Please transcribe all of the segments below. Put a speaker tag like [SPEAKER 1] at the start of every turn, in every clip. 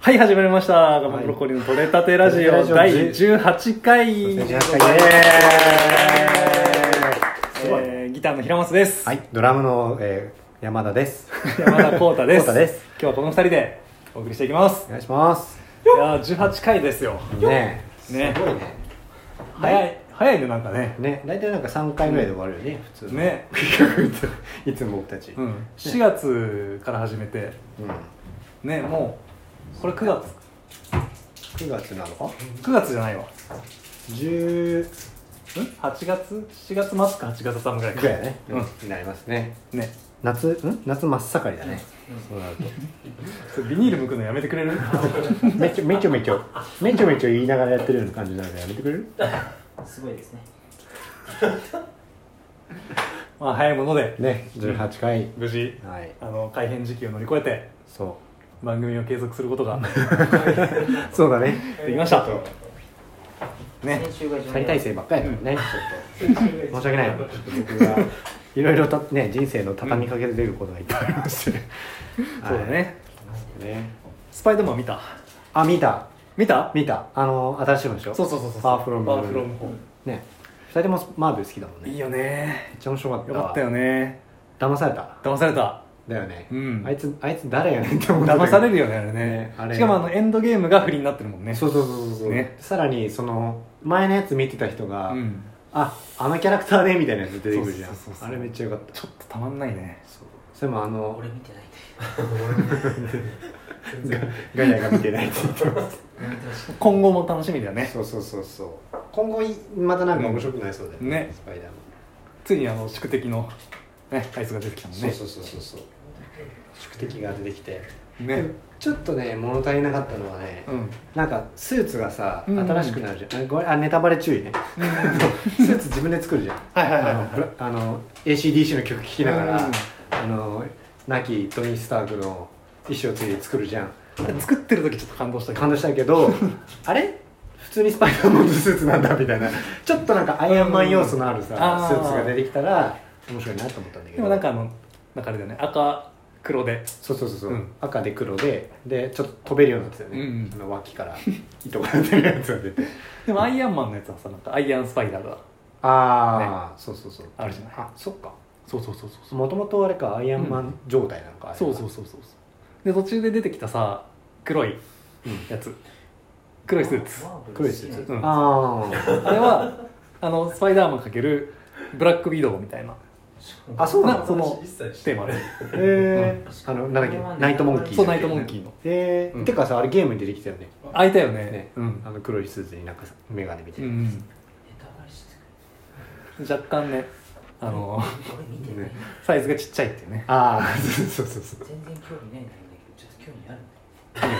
[SPEAKER 1] はい、始まりました。ガムブロッコリーの取れたてラジオ、
[SPEAKER 2] はい
[SPEAKER 1] 第18回。イエーイ
[SPEAKER 2] 18回イエすごい
[SPEAKER 1] えーギターの平松です。
[SPEAKER 2] はい、ドラムの、えー山田です。
[SPEAKER 1] 山田光太です。
[SPEAKER 2] 光太です
[SPEAKER 1] 今日はこの二人でお送りしていきます
[SPEAKER 2] お。願いします。
[SPEAKER 1] いやー、18回ですよ。
[SPEAKER 2] ねえ、
[SPEAKER 1] ね
[SPEAKER 2] すごいね。
[SPEAKER 1] 早い、早いね、なんかね。
[SPEAKER 2] ね、大体なんか3回ぐらいで終わるよね、普通。
[SPEAKER 1] ね。
[SPEAKER 2] いつも僕たち。
[SPEAKER 1] う
[SPEAKER 2] うん。
[SPEAKER 1] ん。4月から始めて、ね、もう、これ9月。
[SPEAKER 2] 9月なのか
[SPEAKER 1] 9月じゃないわ。
[SPEAKER 2] ?10
[SPEAKER 1] ん ?8 月 ?7 月末か8月頭ぐらいか。
[SPEAKER 2] ぐらいね、
[SPEAKER 1] うん
[SPEAKER 2] になりますね。
[SPEAKER 1] ね。
[SPEAKER 2] 夏、ん夏真っ盛りだね。そうなる
[SPEAKER 1] それビニール剥くのやめてくれる
[SPEAKER 2] と。めちょめちょめちょ、めちょめちょ言いながらやってるような感じなのでやめてくれる
[SPEAKER 3] すごいですね。
[SPEAKER 1] まあ、早いもので、
[SPEAKER 2] ね、18回。
[SPEAKER 1] 無事、
[SPEAKER 2] はい、
[SPEAKER 1] あの改変時期を乗り越えて
[SPEAKER 2] そ
[SPEAKER 1] 番組を継続することが
[SPEAKER 2] う。そうだね。
[SPEAKER 1] できましたね
[SPEAKER 3] 先週が重要
[SPEAKER 2] 借り体制ばっかりだからね、ちょっと申し訳ないちょっと僕がいろいろとね人生の畳みかけてることがいっぱいありまして、
[SPEAKER 1] そうだね
[SPEAKER 2] はいね
[SPEAKER 1] スパイダーマン見た
[SPEAKER 2] あ見た
[SPEAKER 1] 見た
[SPEAKER 2] 見たあの新しいのでしょ
[SPEAKER 1] そうそうそうそう
[SPEAKER 2] パワーフロム
[SPEAKER 1] パワーフロムホーム
[SPEAKER 2] ね二人ともマーベル好きだもん
[SPEAKER 1] い
[SPEAKER 2] ね
[SPEAKER 1] い
[SPEAKER 2] めっ
[SPEAKER 1] よね
[SPEAKER 2] ちゃ面白かった
[SPEAKER 1] よ
[SPEAKER 2] わ
[SPEAKER 1] かったよね
[SPEAKER 2] 騙された
[SPEAKER 1] 騙された
[SPEAKER 2] だよね、
[SPEAKER 1] うん
[SPEAKER 2] あいつあいつ誰やねんって思ってたけど
[SPEAKER 1] 騙されるよねあれね
[SPEAKER 2] ねあれ
[SPEAKER 1] しかもあのエンドゲームが不利になってるもんね
[SPEAKER 2] そうそうそうそう、
[SPEAKER 1] ね
[SPEAKER 2] さらにその前のやつ見てた人が、
[SPEAKER 1] うん、
[SPEAKER 2] ああのキャラクターねみたいなやつ出てくるじ
[SPEAKER 1] そうそう
[SPEAKER 2] ゃん
[SPEAKER 1] そうそう
[SPEAKER 2] あれめっちゃよかった
[SPEAKER 1] ちょっとたまんないね
[SPEAKER 2] そうそれもあの
[SPEAKER 3] 俺見てないんだ
[SPEAKER 2] が ガヤが見てないって言ってます
[SPEAKER 1] 今後も楽しみだよね
[SPEAKER 2] そうそうそうそう今後いまたなんか面白くなりそうだよ
[SPEAKER 1] ね
[SPEAKER 2] スパイダーマン
[SPEAKER 1] ついにあの宿敵のねあいつが出てきたもん
[SPEAKER 2] そう
[SPEAKER 1] ね
[SPEAKER 2] そうそうそうそう宿敵が出てきて
[SPEAKER 1] ね
[SPEAKER 2] ちょっとね物足りなかったのはね、
[SPEAKER 1] うん
[SPEAKER 2] なんかスーツがさ
[SPEAKER 1] うん
[SPEAKER 2] 新しくなるじゃん、あごめんあネタバレ注意ねスーツ自分で作るじゃん
[SPEAKER 1] はいはいはい
[SPEAKER 2] あのブラあの ACDC の曲聴きながら、
[SPEAKER 1] うん
[SPEAKER 2] あの亡きトニー・スタークの衣装ついで作るじゃん
[SPEAKER 1] 作ってる時ちょっと感動したけど
[SPEAKER 2] 感動した けどあれ普通にスパイダーマンのスーツなんだみたいなちょっとなんかアイアンマン要素のあるさ、
[SPEAKER 1] うんあー
[SPEAKER 2] スーツが出てきたら面白いなと思ったんだけど
[SPEAKER 1] でもなんかあのなんかあれだよね赤黒で
[SPEAKER 2] そうそうそうそう、
[SPEAKER 1] うん
[SPEAKER 2] 赤で黒ででちょっと飛べるようになってたよね、
[SPEAKER 1] うんうん
[SPEAKER 2] あの脇から糸が出てるやつが出て
[SPEAKER 1] でもアイアンマンのやつはさなんかアイアンスパイダーが
[SPEAKER 2] ああ、そうそうそう
[SPEAKER 1] あるじゃない
[SPEAKER 2] あそっか
[SPEAKER 1] そうそうそうそうそう
[SPEAKER 2] もともとあれかアイアンマン状態なのか、あれ
[SPEAKER 1] そ
[SPEAKER 2] は
[SPEAKER 1] うそうそうそうで途中で出てきたさ黒いやつ黒いスーツ
[SPEAKER 2] 黒いスーツ、
[SPEAKER 1] うん
[SPEAKER 2] あー
[SPEAKER 1] あれはあのスパイダーマン×ブラックビドウみたいな
[SPEAKER 2] あそうなの
[SPEAKER 1] そのテーマで
[SPEAKER 2] えー、あのなんだっけナイトモンキー
[SPEAKER 1] そうナイトモンキーの
[SPEAKER 2] えー
[SPEAKER 1] うん
[SPEAKER 2] てかさあれゲームに出てきたよね
[SPEAKER 1] 開いたよね
[SPEAKER 2] ね、
[SPEAKER 1] うん
[SPEAKER 2] あの黒いスーツになんかさ眼鏡みた
[SPEAKER 1] う
[SPEAKER 2] いな、
[SPEAKER 1] んうん若干ねあの
[SPEAKER 3] 俺見てない
[SPEAKER 2] ね。
[SPEAKER 1] サイズがちっちゃいっていうね
[SPEAKER 2] ああそうそうそうそ
[SPEAKER 3] 全然興味ないんだけど、ちょっと興味あるんだ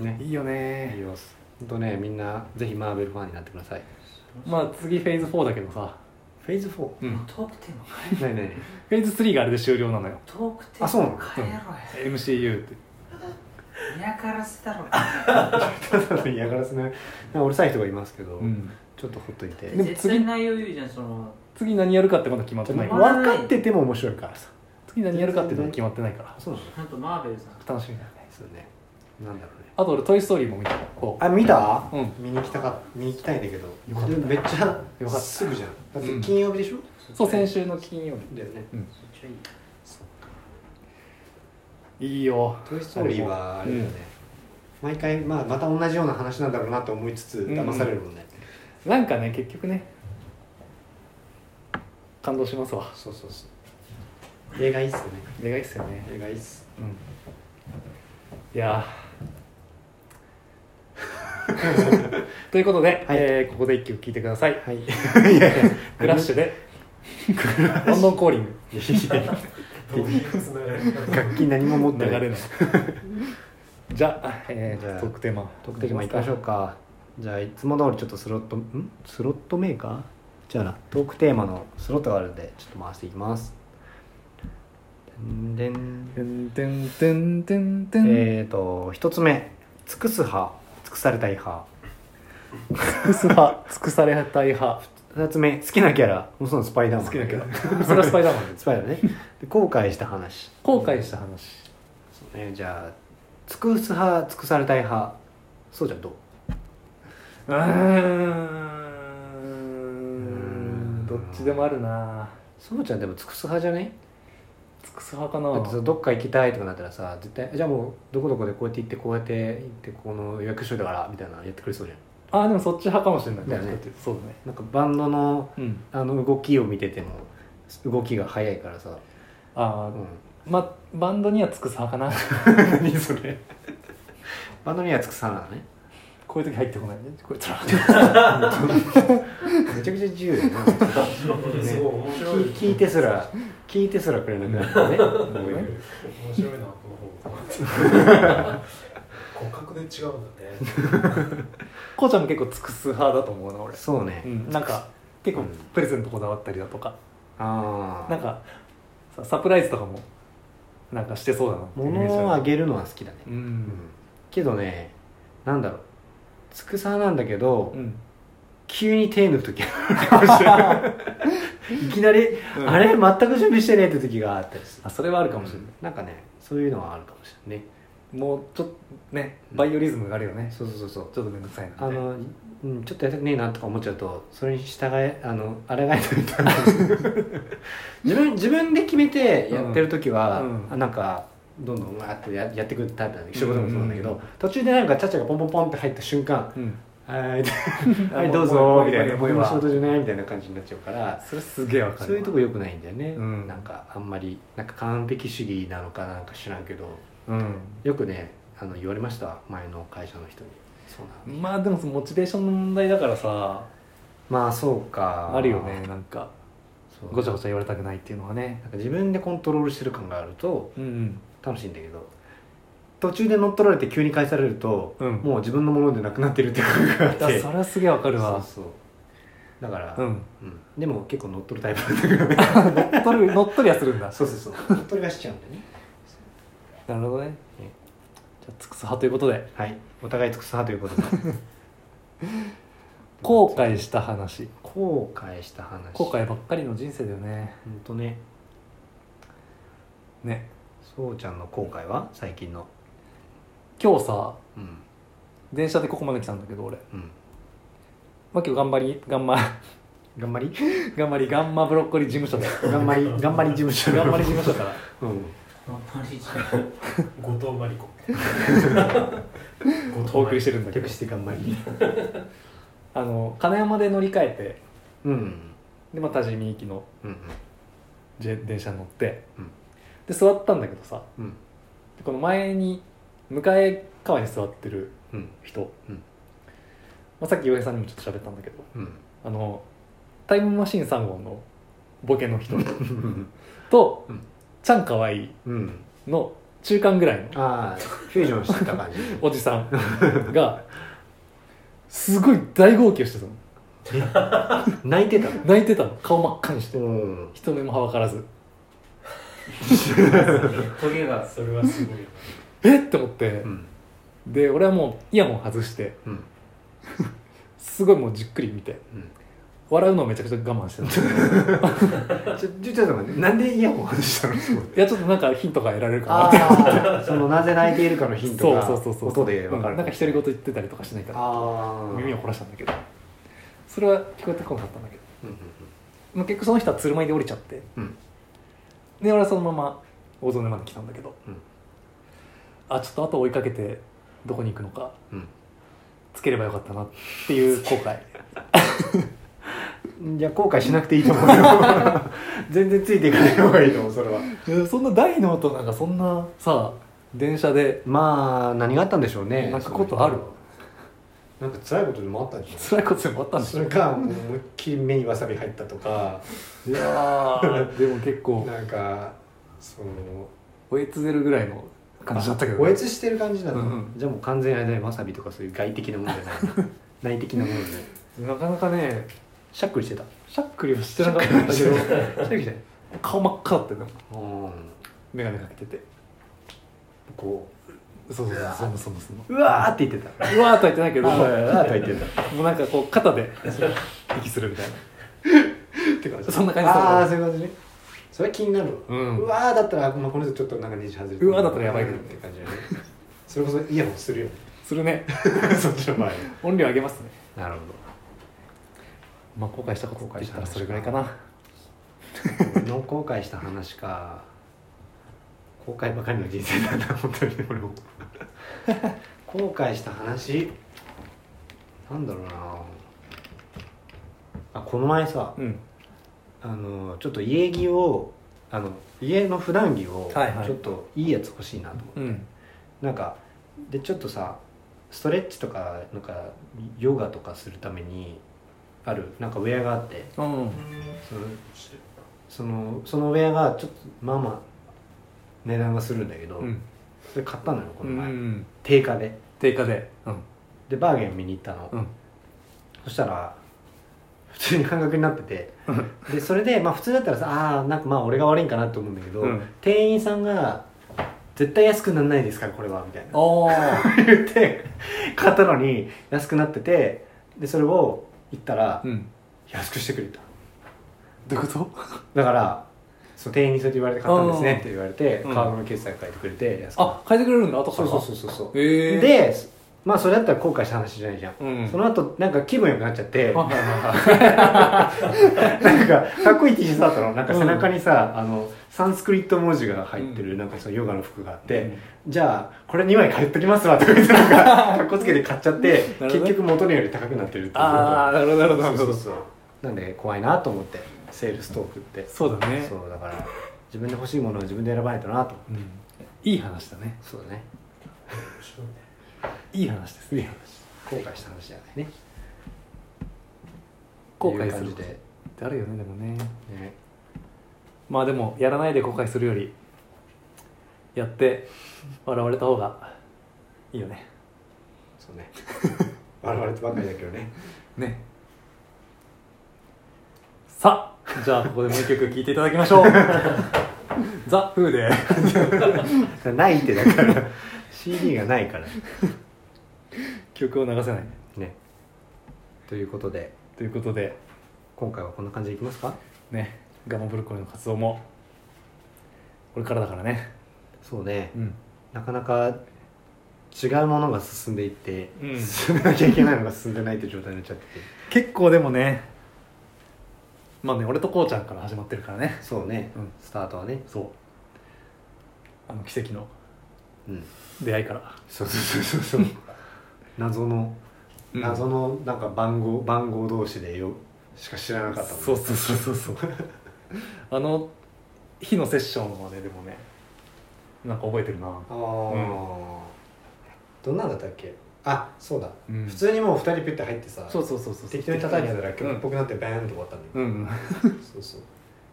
[SPEAKER 2] うね
[SPEAKER 1] いいよね
[SPEAKER 2] いいよほんとねみんなぜひマーベルファンになってください
[SPEAKER 1] まあ次フェーズ4だけどさ、
[SPEAKER 2] フェーズ 4?
[SPEAKER 1] う、
[SPEAKER 3] よ。もうんトークテーマ変え
[SPEAKER 2] ないないない
[SPEAKER 1] フェーズ3があれで終了なのよ
[SPEAKER 3] ろ。トークテ
[SPEAKER 2] あそうな
[SPEAKER 3] ー
[SPEAKER 2] の
[SPEAKER 3] マ変えろよ。
[SPEAKER 1] MCU って
[SPEAKER 3] 嫌からせだろ。
[SPEAKER 2] ただの嫌がらせねなんかうるさい人がいますけど、
[SPEAKER 1] うん
[SPEAKER 2] ちょっとほっといて
[SPEAKER 1] でも次
[SPEAKER 3] 絶対内容言うじゃん、その。
[SPEAKER 1] 次何やるかってまだ決まってない
[SPEAKER 2] 分
[SPEAKER 1] から
[SPEAKER 3] わ
[SPEAKER 2] かってても面白いからさ
[SPEAKER 1] 次何やるかっていうのも決まってないから
[SPEAKER 2] そうなの
[SPEAKER 3] なんとマーベルさん。
[SPEAKER 1] 楽しみだね
[SPEAKER 2] ですよねなんだろうね
[SPEAKER 1] あと俺「トイ・ストーリー」も見たこ
[SPEAKER 2] あ見た、
[SPEAKER 1] うん
[SPEAKER 2] 見に行きたか見に行きたいんだけど
[SPEAKER 1] よかった
[SPEAKER 2] でもめっちゃ
[SPEAKER 1] よかった
[SPEAKER 2] すぐじゃんだっ
[SPEAKER 1] う
[SPEAKER 2] て
[SPEAKER 1] ん
[SPEAKER 2] 金曜日でしょ、
[SPEAKER 1] うそう先週の金曜
[SPEAKER 2] だよね
[SPEAKER 3] そっちはいい。
[SPEAKER 1] 日いいよ
[SPEAKER 2] 「トイ・ストーリー」はあれだよね、毎回、まあ、また同じような話なんだろうなと思いつつ
[SPEAKER 1] んうん
[SPEAKER 2] 騙されるもんね、
[SPEAKER 1] なんかね結局ね感動しますわ
[SPEAKER 2] そうそうそう映画いいっすよね
[SPEAKER 1] でかいっすよね
[SPEAKER 2] 映画いいっす
[SPEAKER 1] うんいやー ということで、えーここで一曲聴いてください
[SPEAKER 2] はいいやいや
[SPEAKER 1] フラッシュで「ロンドンコーリング
[SPEAKER 2] 楽器何も」持っ
[SPEAKER 1] 流
[SPEAKER 2] てない
[SPEAKER 1] れないじゃあ、え
[SPEAKER 2] じゃ
[SPEAKER 1] ー、
[SPEAKER 2] あ
[SPEAKER 1] トークテーマ
[SPEAKER 2] 特定も行きましょうかじゃあいつも通りちょっとスロットんスロットメーカーじゃあなトークテーマのスロットがあるんでちょっと回していきますでん
[SPEAKER 1] てんてんてんてんてん
[SPEAKER 2] えー、と一つ目尽くす派尽くされたい派
[SPEAKER 1] 尽くす派尽くされたい派
[SPEAKER 2] 二つ目好きなキャラもうそのスパイダーマン
[SPEAKER 1] 好きだけどそれはスパイダーマンです
[SPEAKER 2] スパイダーねで後悔した話
[SPEAKER 1] 後悔した話
[SPEAKER 2] そうねじゃあ尽くす派尽くされたい派そうじゃんどう
[SPEAKER 1] うーんどっちでもあるな
[SPEAKER 2] そうちゃんでも尽くす派じゃない
[SPEAKER 1] 尽くす派か
[SPEAKER 2] だってさ
[SPEAKER 1] な
[SPEAKER 2] どっか行きたいとかなったらさ絶対じゃあもうどこどこでこうやって行ってこうやって行ってこの予約しといたからみたいなのやってくれそうじゃん
[SPEAKER 1] あでもそっち派かもしれない
[SPEAKER 2] だよね
[SPEAKER 1] どっちかっていうとそうだね
[SPEAKER 2] なんかバンドの
[SPEAKER 1] うん
[SPEAKER 2] あの動きを見てても動きが早いからさ、
[SPEAKER 1] あ
[SPEAKER 2] う
[SPEAKER 1] ー
[SPEAKER 2] ん、
[SPEAKER 1] まバンドには尽くす派かな
[SPEAKER 2] 何それバンドには尽くさなのね
[SPEAKER 1] こういう時入ってこないねこいつら
[SPEAKER 2] めちゃくちゃ自由だよね
[SPEAKER 4] すごい面白い
[SPEAKER 2] 聞聞いてすら聞いてすらくれなくなるからね思いが
[SPEAKER 4] 面白いなこの本骨格で違うんだね
[SPEAKER 1] こうちゃんも結構尽くす派だと思うな俺
[SPEAKER 2] そうね、
[SPEAKER 1] うんなんか結構
[SPEAKER 2] うん
[SPEAKER 1] プレゼントこだわったりだとか
[SPEAKER 2] ああ
[SPEAKER 1] なんかさサプライズとかもなんかしてそうだなっていうイメージ
[SPEAKER 2] 物をあげるのは好きだね、
[SPEAKER 1] う
[SPEAKER 2] うん
[SPEAKER 1] ん
[SPEAKER 2] けどねなんだろうつくさなんだけど、
[SPEAKER 1] うん
[SPEAKER 2] 急に手抜く時あるかもしれないいきなり、
[SPEAKER 1] うん
[SPEAKER 2] あれ全く準備してねえって時があったりす
[SPEAKER 1] あ
[SPEAKER 2] る
[SPEAKER 1] それはあるかもしれない
[SPEAKER 2] なんかねそういうのはあるかもしれないね
[SPEAKER 1] もうちょっとねバイオリズムがあるよね、
[SPEAKER 2] そうそうそうそう
[SPEAKER 1] ちょっと面倒くさいな
[SPEAKER 2] あの、うん、ちょっとやりたくねえなとか思っちゃうとそれに従えあのあらがえないと 自分自分で決めてやってる時は、
[SPEAKER 1] うん
[SPEAKER 2] なんかどんどんわーってややってくるタイプなんだけど仕事もそうなんだけど、
[SPEAKER 1] うんうん
[SPEAKER 2] 途中でなんかチャチャがポンポンポンって入った瞬間
[SPEAKER 1] うん
[SPEAKER 2] 「はい」は
[SPEAKER 1] も
[SPEAKER 2] いうどうぞ」みたい
[SPEAKER 1] も
[SPEAKER 2] な「
[SPEAKER 1] うも
[SPEAKER 2] も
[SPEAKER 1] う
[SPEAKER 2] う
[SPEAKER 1] もう
[SPEAKER 2] 今仕事じゃない」みたいな感じになっちゃうから
[SPEAKER 1] それすげえわかる
[SPEAKER 2] そういうとこ良くないんだよね、
[SPEAKER 1] うん
[SPEAKER 2] なんかあんまりなんか完璧主義なのかなんか知らんけど
[SPEAKER 1] うん
[SPEAKER 2] よくねあの言われました前の会社の人にそうなの
[SPEAKER 1] まあでもそのモチベーションの問題だからさ
[SPEAKER 2] まあそうか
[SPEAKER 1] あるよねなんか
[SPEAKER 2] そう
[SPEAKER 1] ごちゃごちゃ言われたくないっていうのはね
[SPEAKER 2] なんか自分でコントロールしてる感があると
[SPEAKER 1] うん
[SPEAKER 2] 楽しいんだけど途中で乗っ取られて急に返されると、
[SPEAKER 1] うん
[SPEAKER 2] もう自分のものでなくなってるっていう感
[SPEAKER 1] い
[SPEAKER 2] があって
[SPEAKER 1] やそれはすげえわかるわ
[SPEAKER 2] そうそうだから、
[SPEAKER 1] う
[SPEAKER 2] うん
[SPEAKER 1] ん
[SPEAKER 2] でも結構乗っ取るタイプなんだけどね
[SPEAKER 1] 乗っ取る乗っ取りはするんだ
[SPEAKER 2] そうそう そう乗っ取りがしちゃうんだよね
[SPEAKER 1] なるほどねじゃあ尽くす派ということで
[SPEAKER 2] はいお互い尽くす派ということ で
[SPEAKER 1] 後悔した話
[SPEAKER 2] 後悔した話
[SPEAKER 1] 後悔ばっかりの人生だよね
[SPEAKER 2] ほんとね
[SPEAKER 1] ね
[SPEAKER 2] そうちゃんの後悔は最近の
[SPEAKER 1] 今日さ
[SPEAKER 2] うん
[SPEAKER 1] 電車でここまで来たんだけど俺、
[SPEAKER 2] うん
[SPEAKER 1] まあ、今日頑張り頑張
[SPEAKER 2] 頑張り
[SPEAKER 1] り頑張りガンマブロッコリー事務所で
[SPEAKER 2] 頑張り頑張り事務所
[SPEAKER 1] 頑張り事務所から
[SPEAKER 2] 所うん
[SPEAKER 3] マジで
[SPEAKER 4] 後藤真理子後
[SPEAKER 1] お送りしてるんだけど
[SPEAKER 2] 略して頑張り
[SPEAKER 1] あの金山で乗り換えて
[SPEAKER 2] うんうん
[SPEAKER 1] でまた多治見行きの
[SPEAKER 2] うん
[SPEAKER 1] じ電車に乗って、
[SPEAKER 2] うん
[SPEAKER 1] で座ったんだけどさ
[SPEAKER 2] うん
[SPEAKER 1] でこの前に向かい側に座ってる
[SPEAKER 2] うん
[SPEAKER 1] 人、
[SPEAKER 2] うん
[SPEAKER 1] まあ、さっき洋平さんにもちょっと喋ったんだけど
[SPEAKER 2] うん
[SPEAKER 1] あのタイムマシーン3号のボケの人
[SPEAKER 2] うん
[SPEAKER 1] と、
[SPEAKER 2] うん
[SPEAKER 1] ちゃんかわいい
[SPEAKER 2] うん
[SPEAKER 1] の中間ぐらいの
[SPEAKER 2] ああフュージョンしてた感じ
[SPEAKER 1] おじさんがすごい大号泣してたの
[SPEAKER 2] 泣いてたの
[SPEAKER 1] 泣いてたの顔真っ赤にして
[SPEAKER 2] うん
[SPEAKER 1] 人目もはばからず
[SPEAKER 3] トゲが
[SPEAKER 4] それはすごいな
[SPEAKER 1] えっって思って
[SPEAKER 2] う、ん
[SPEAKER 1] で俺はもうイヤホン外して
[SPEAKER 2] うん
[SPEAKER 1] すごいもうじっくり見て笑うのをめちゃくちゃ我慢して た
[SPEAKER 2] ちょちょちょっと待ってなんでイヤホン外したの
[SPEAKER 1] いやちょっとなんかヒントが得られるかな
[SPEAKER 2] あ
[SPEAKER 1] って
[SPEAKER 2] あそのなぜ泣いているかのヒントが
[SPEAKER 1] そうそうそうそう
[SPEAKER 2] 音でわか
[SPEAKER 1] う
[SPEAKER 2] る
[SPEAKER 1] んなんか独り言言ってたりとかしないから
[SPEAKER 2] ああ
[SPEAKER 1] 耳を凝らしたんだけどそれは聞こえてこなかったんだけど
[SPEAKER 2] うんうん
[SPEAKER 1] まあ結局その人は鶴舞で降りちゃって
[SPEAKER 2] うん
[SPEAKER 1] で俺はそのまま大曽根まで来たんだけど、
[SPEAKER 2] うん
[SPEAKER 1] あちょっと後追いかけてどこに行くのか
[SPEAKER 2] うん
[SPEAKER 1] つければよかったなっていう後 悔
[SPEAKER 2] うんじゃあ後悔しなくていいと思うよ全然ついていかない方がいいと思うそれはい
[SPEAKER 1] やそんな大の音なんかそんなさ電車で
[SPEAKER 2] まあ何があったんでしょうね
[SPEAKER 1] 泣くことある
[SPEAKER 2] なんか辛いことでもあったんでしょ
[SPEAKER 1] 辛いことでもあったんでし
[SPEAKER 2] そ
[SPEAKER 1] ょ
[SPEAKER 2] れかもう思いっきり目にわさび入ったとか
[SPEAKER 1] いや ーでも結構
[SPEAKER 2] なんかその
[SPEAKER 1] 追いつぜるぐらいの感じだったけど、
[SPEAKER 2] おえつしてる感じなの、
[SPEAKER 1] うんうん
[SPEAKER 2] じゃあもう完全にあれだよわさびとかそういう外的なものじゃない 内的なものじゃな
[SPEAKER 1] な
[SPEAKER 2] い
[SPEAKER 1] かなかね
[SPEAKER 2] しゃっくりしてた
[SPEAKER 1] しゃっくりはしてなかったんだけど
[SPEAKER 2] してない
[SPEAKER 1] 顔真っ赤だったよね
[SPEAKER 2] うん
[SPEAKER 1] 眼鏡かけてて
[SPEAKER 2] こ
[SPEAKER 1] そうそうそうそんなそんなそんな
[SPEAKER 2] ううわーって言ってた
[SPEAKER 1] うわーとは言ってないけど
[SPEAKER 2] う
[SPEAKER 1] も
[SPEAKER 2] わーって言ってた
[SPEAKER 1] うなんかこう肩で息するみたいな
[SPEAKER 2] って感じ
[SPEAKER 1] そんな感じ
[SPEAKER 2] あ あそういう感じねそれは気になるわ、
[SPEAKER 1] う
[SPEAKER 2] うんわーだったら、まあ、この人ちょっとなんかネジ外れてる
[SPEAKER 1] うわーだったらやばいけど
[SPEAKER 2] って感じだね
[SPEAKER 4] それこそイヤホンする よね
[SPEAKER 1] するね
[SPEAKER 4] そっちの前に
[SPEAKER 1] 音量上げますね
[SPEAKER 2] なるほど
[SPEAKER 1] まあ後悔したことって言ったらそれぐらいかな
[SPEAKER 2] 俺の後悔した話か後悔ばかりの人生だな本当に俺も後悔した話なんだろうなあこの前さ
[SPEAKER 1] うん
[SPEAKER 2] あのちょっと家着をあの家の普段着を
[SPEAKER 1] はいはい
[SPEAKER 2] ちょっといいやつ欲しいなと思って、
[SPEAKER 1] うん
[SPEAKER 2] なんかでちょっとさストレッチとかなんかヨガとかするためにあるなんかウェアがあって
[SPEAKER 1] うん
[SPEAKER 2] そのそのそのウェアがちょっとまあまあ値段がするんだけど、
[SPEAKER 1] うん
[SPEAKER 2] それ買ったのよこの前、
[SPEAKER 1] うん
[SPEAKER 2] 定価で
[SPEAKER 1] 定価でうん
[SPEAKER 2] でバーゲン見に行ったの、
[SPEAKER 1] うん
[SPEAKER 2] そしたら普通に半額になっててでそれで、まあ、普通だったらさあーなんかまあ俺が悪いんかなと思うんだけど、
[SPEAKER 1] うん
[SPEAKER 2] 店員さんが「絶対安くならないですからこれは」みたいな
[SPEAKER 1] おー
[SPEAKER 2] 言って買ったのに安くなっててでそれを言ったら
[SPEAKER 1] うん
[SPEAKER 2] 安くしてくれた
[SPEAKER 1] どういうこと
[SPEAKER 2] だからその店員にそうやって言われて買ったんですねって言われて
[SPEAKER 1] うん
[SPEAKER 2] カードの決済書いてくれて安くなっ
[SPEAKER 1] あ変えてくれるんだ後
[SPEAKER 2] た
[SPEAKER 1] か
[SPEAKER 2] そ
[SPEAKER 1] ら
[SPEAKER 2] うそうそうそうそう
[SPEAKER 1] へえ
[SPEAKER 2] でまあそれだったら後悔した話じゃないじゃん、
[SPEAKER 1] うん
[SPEAKER 2] その後なんか気分良くなっちゃって
[SPEAKER 1] はいはいはいはい
[SPEAKER 2] なんかかっこいい T シャツだったのなんか背中にさ、あのサンスクリット文字が入ってる、なんかそのヨガの服があって、じゃあこれ2枚買ってきますわとか言ってなんかかっこつけて買っちゃって
[SPEAKER 1] なるほど
[SPEAKER 2] 結局元値より高くなってるっていう
[SPEAKER 1] ああなるほどなるほどな
[SPEAKER 2] そう
[SPEAKER 1] る
[SPEAKER 2] そ
[SPEAKER 1] ほ
[SPEAKER 2] う
[SPEAKER 1] ど
[SPEAKER 2] そうなんで怖いなと思ってセールストークって
[SPEAKER 1] そうだね
[SPEAKER 2] そうだから自分で欲しいものは自分で選ばないとなと
[SPEAKER 1] うんいい話だね
[SPEAKER 2] そうだね
[SPEAKER 4] 面白いね
[SPEAKER 1] いい話ですね
[SPEAKER 2] 後悔した話じゃないね
[SPEAKER 1] 後悔する
[SPEAKER 2] っていう感じ
[SPEAKER 1] ことっ
[SPEAKER 2] で
[SPEAKER 1] てあるよねでもね
[SPEAKER 2] ね
[SPEAKER 1] まあでもやらないで後悔するよりやって笑われた方がいいよね
[SPEAKER 2] そうね 笑われてばかりだけどね
[SPEAKER 1] ねさあじゃあここでもう一曲聴いていただきましょう「ザ・フーで
[SPEAKER 2] ないってだから CD がないから
[SPEAKER 1] 曲を流せない
[SPEAKER 2] ねということで
[SPEAKER 1] ということで
[SPEAKER 2] 今回はこんな感じでいきますか
[SPEAKER 1] ねガマブロッコリーの活動もこれからだからね
[SPEAKER 2] そうね
[SPEAKER 1] うん
[SPEAKER 2] なかなか違うものが進んでいって、
[SPEAKER 1] うん
[SPEAKER 2] 進めなきゃいけないのが進んでないって状態になっちゃって
[SPEAKER 1] 結構でもねまあね俺とこうちゃんから始まってるからね
[SPEAKER 2] そうね、
[SPEAKER 1] うん
[SPEAKER 2] スタートはね
[SPEAKER 1] そうあの奇跡の
[SPEAKER 2] うん
[SPEAKER 1] 出会いから
[SPEAKER 2] そうそうそう そうそう謎の
[SPEAKER 1] うん
[SPEAKER 2] 謎のなんか番号番号同士でよしか知らなかったもんね
[SPEAKER 1] そうそうそうそうそうあの日のセッションはねでもねなんか覚えてるな
[SPEAKER 2] ああ、どんなんだったっけあそうだ、
[SPEAKER 1] うん
[SPEAKER 2] 普通にもう2人ピュッて入ってさ
[SPEAKER 1] そうそうそうそう
[SPEAKER 2] 適当に叩いてたら
[SPEAKER 1] う
[SPEAKER 2] 曲っ
[SPEAKER 1] ん
[SPEAKER 2] ぽくなってバーンって終わったんだよ、
[SPEAKER 1] うんうん
[SPEAKER 2] そうそう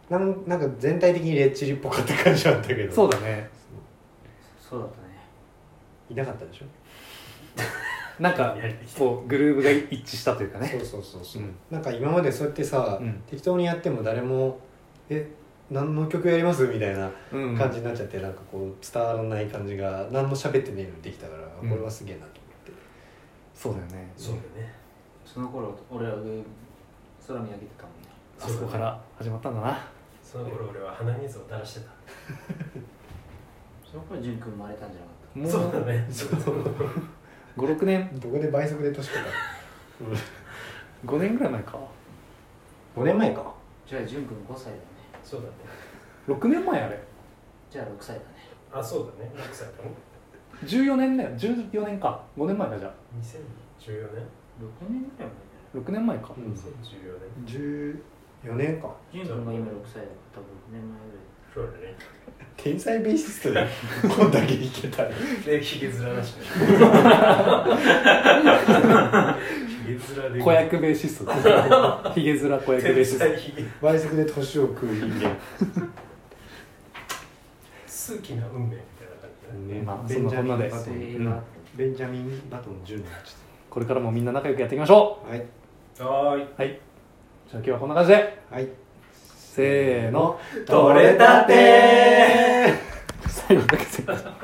[SPEAKER 2] なんなんか全体的にレッチリっぽかった感じはあったけど
[SPEAKER 1] そうだね
[SPEAKER 3] そうだったね
[SPEAKER 2] いなかったでしょ
[SPEAKER 1] なんかこうグルーブが一致したというか
[SPEAKER 2] そ
[SPEAKER 1] ね
[SPEAKER 2] うそうそうそう、
[SPEAKER 1] うん
[SPEAKER 2] なんか今までそうやってさ、
[SPEAKER 1] うん
[SPEAKER 2] 適当にやっても誰も「え何の曲やります?」みたいな
[SPEAKER 1] うん
[SPEAKER 2] 感じになっちゃって、なんかこう伝わらない感じが何も喋ってねえのにできたから、
[SPEAKER 1] うん
[SPEAKER 2] これはすげえなと思って
[SPEAKER 1] そうだよね
[SPEAKER 4] そうだね
[SPEAKER 3] その頃俺はうん空見上げてたもんね
[SPEAKER 1] あそこから始まったんだな
[SPEAKER 4] その頃俺は鼻水を垂らしてた
[SPEAKER 3] その頃純君生まれたんじゃなかっ
[SPEAKER 1] も
[SPEAKER 4] そうだね
[SPEAKER 1] 56年
[SPEAKER 2] どこで倍速で年取った
[SPEAKER 1] 5年ぐらい前か
[SPEAKER 2] 5年前か
[SPEAKER 3] たじゃあ純君5歳だね
[SPEAKER 4] そうだね
[SPEAKER 1] 6年前あれ
[SPEAKER 3] じゃあ6歳だね
[SPEAKER 4] あそうだね6歳かも
[SPEAKER 1] 14年だよ14年か5年前かじゃあ
[SPEAKER 4] 2014年
[SPEAKER 3] 6年ぐらい
[SPEAKER 1] 6年前か、
[SPEAKER 2] うん
[SPEAKER 4] 2014年
[SPEAKER 2] 14年か
[SPEAKER 3] 前だよ純君が今6歳だから多分6年前ぐらい
[SPEAKER 4] そうだね
[SPEAKER 2] 天才ベーシストで こんだけいけたら
[SPEAKER 4] でひげ面らしいひげ面で
[SPEAKER 1] 子役ベーシス トヒゲ面子役ベーシスト
[SPEAKER 4] 絶対ひげ
[SPEAKER 2] 倍速で年を食う人間
[SPEAKER 4] 数奇な運命みたいな感じだね
[SPEAKER 2] ね
[SPEAKER 1] まあ
[SPEAKER 2] ベンジャミン・バト
[SPEAKER 1] そ
[SPEAKER 3] そ
[SPEAKER 1] んなこんなで
[SPEAKER 2] ン
[SPEAKER 3] れがあっ
[SPEAKER 2] ベンジャミン・バトン10年
[SPEAKER 1] これからもみんな仲良くやっていきましょ
[SPEAKER 2] はい
[SPEAKER 4] はーいう
[SPEAKER 1] はいじゃあ今日はこんな感じで
[SPEAKER 2] はい
[SPEAKER 1] せーの
[SPEAKER 2] 取れたてー
[SPEAKER 1] 最後だけ全部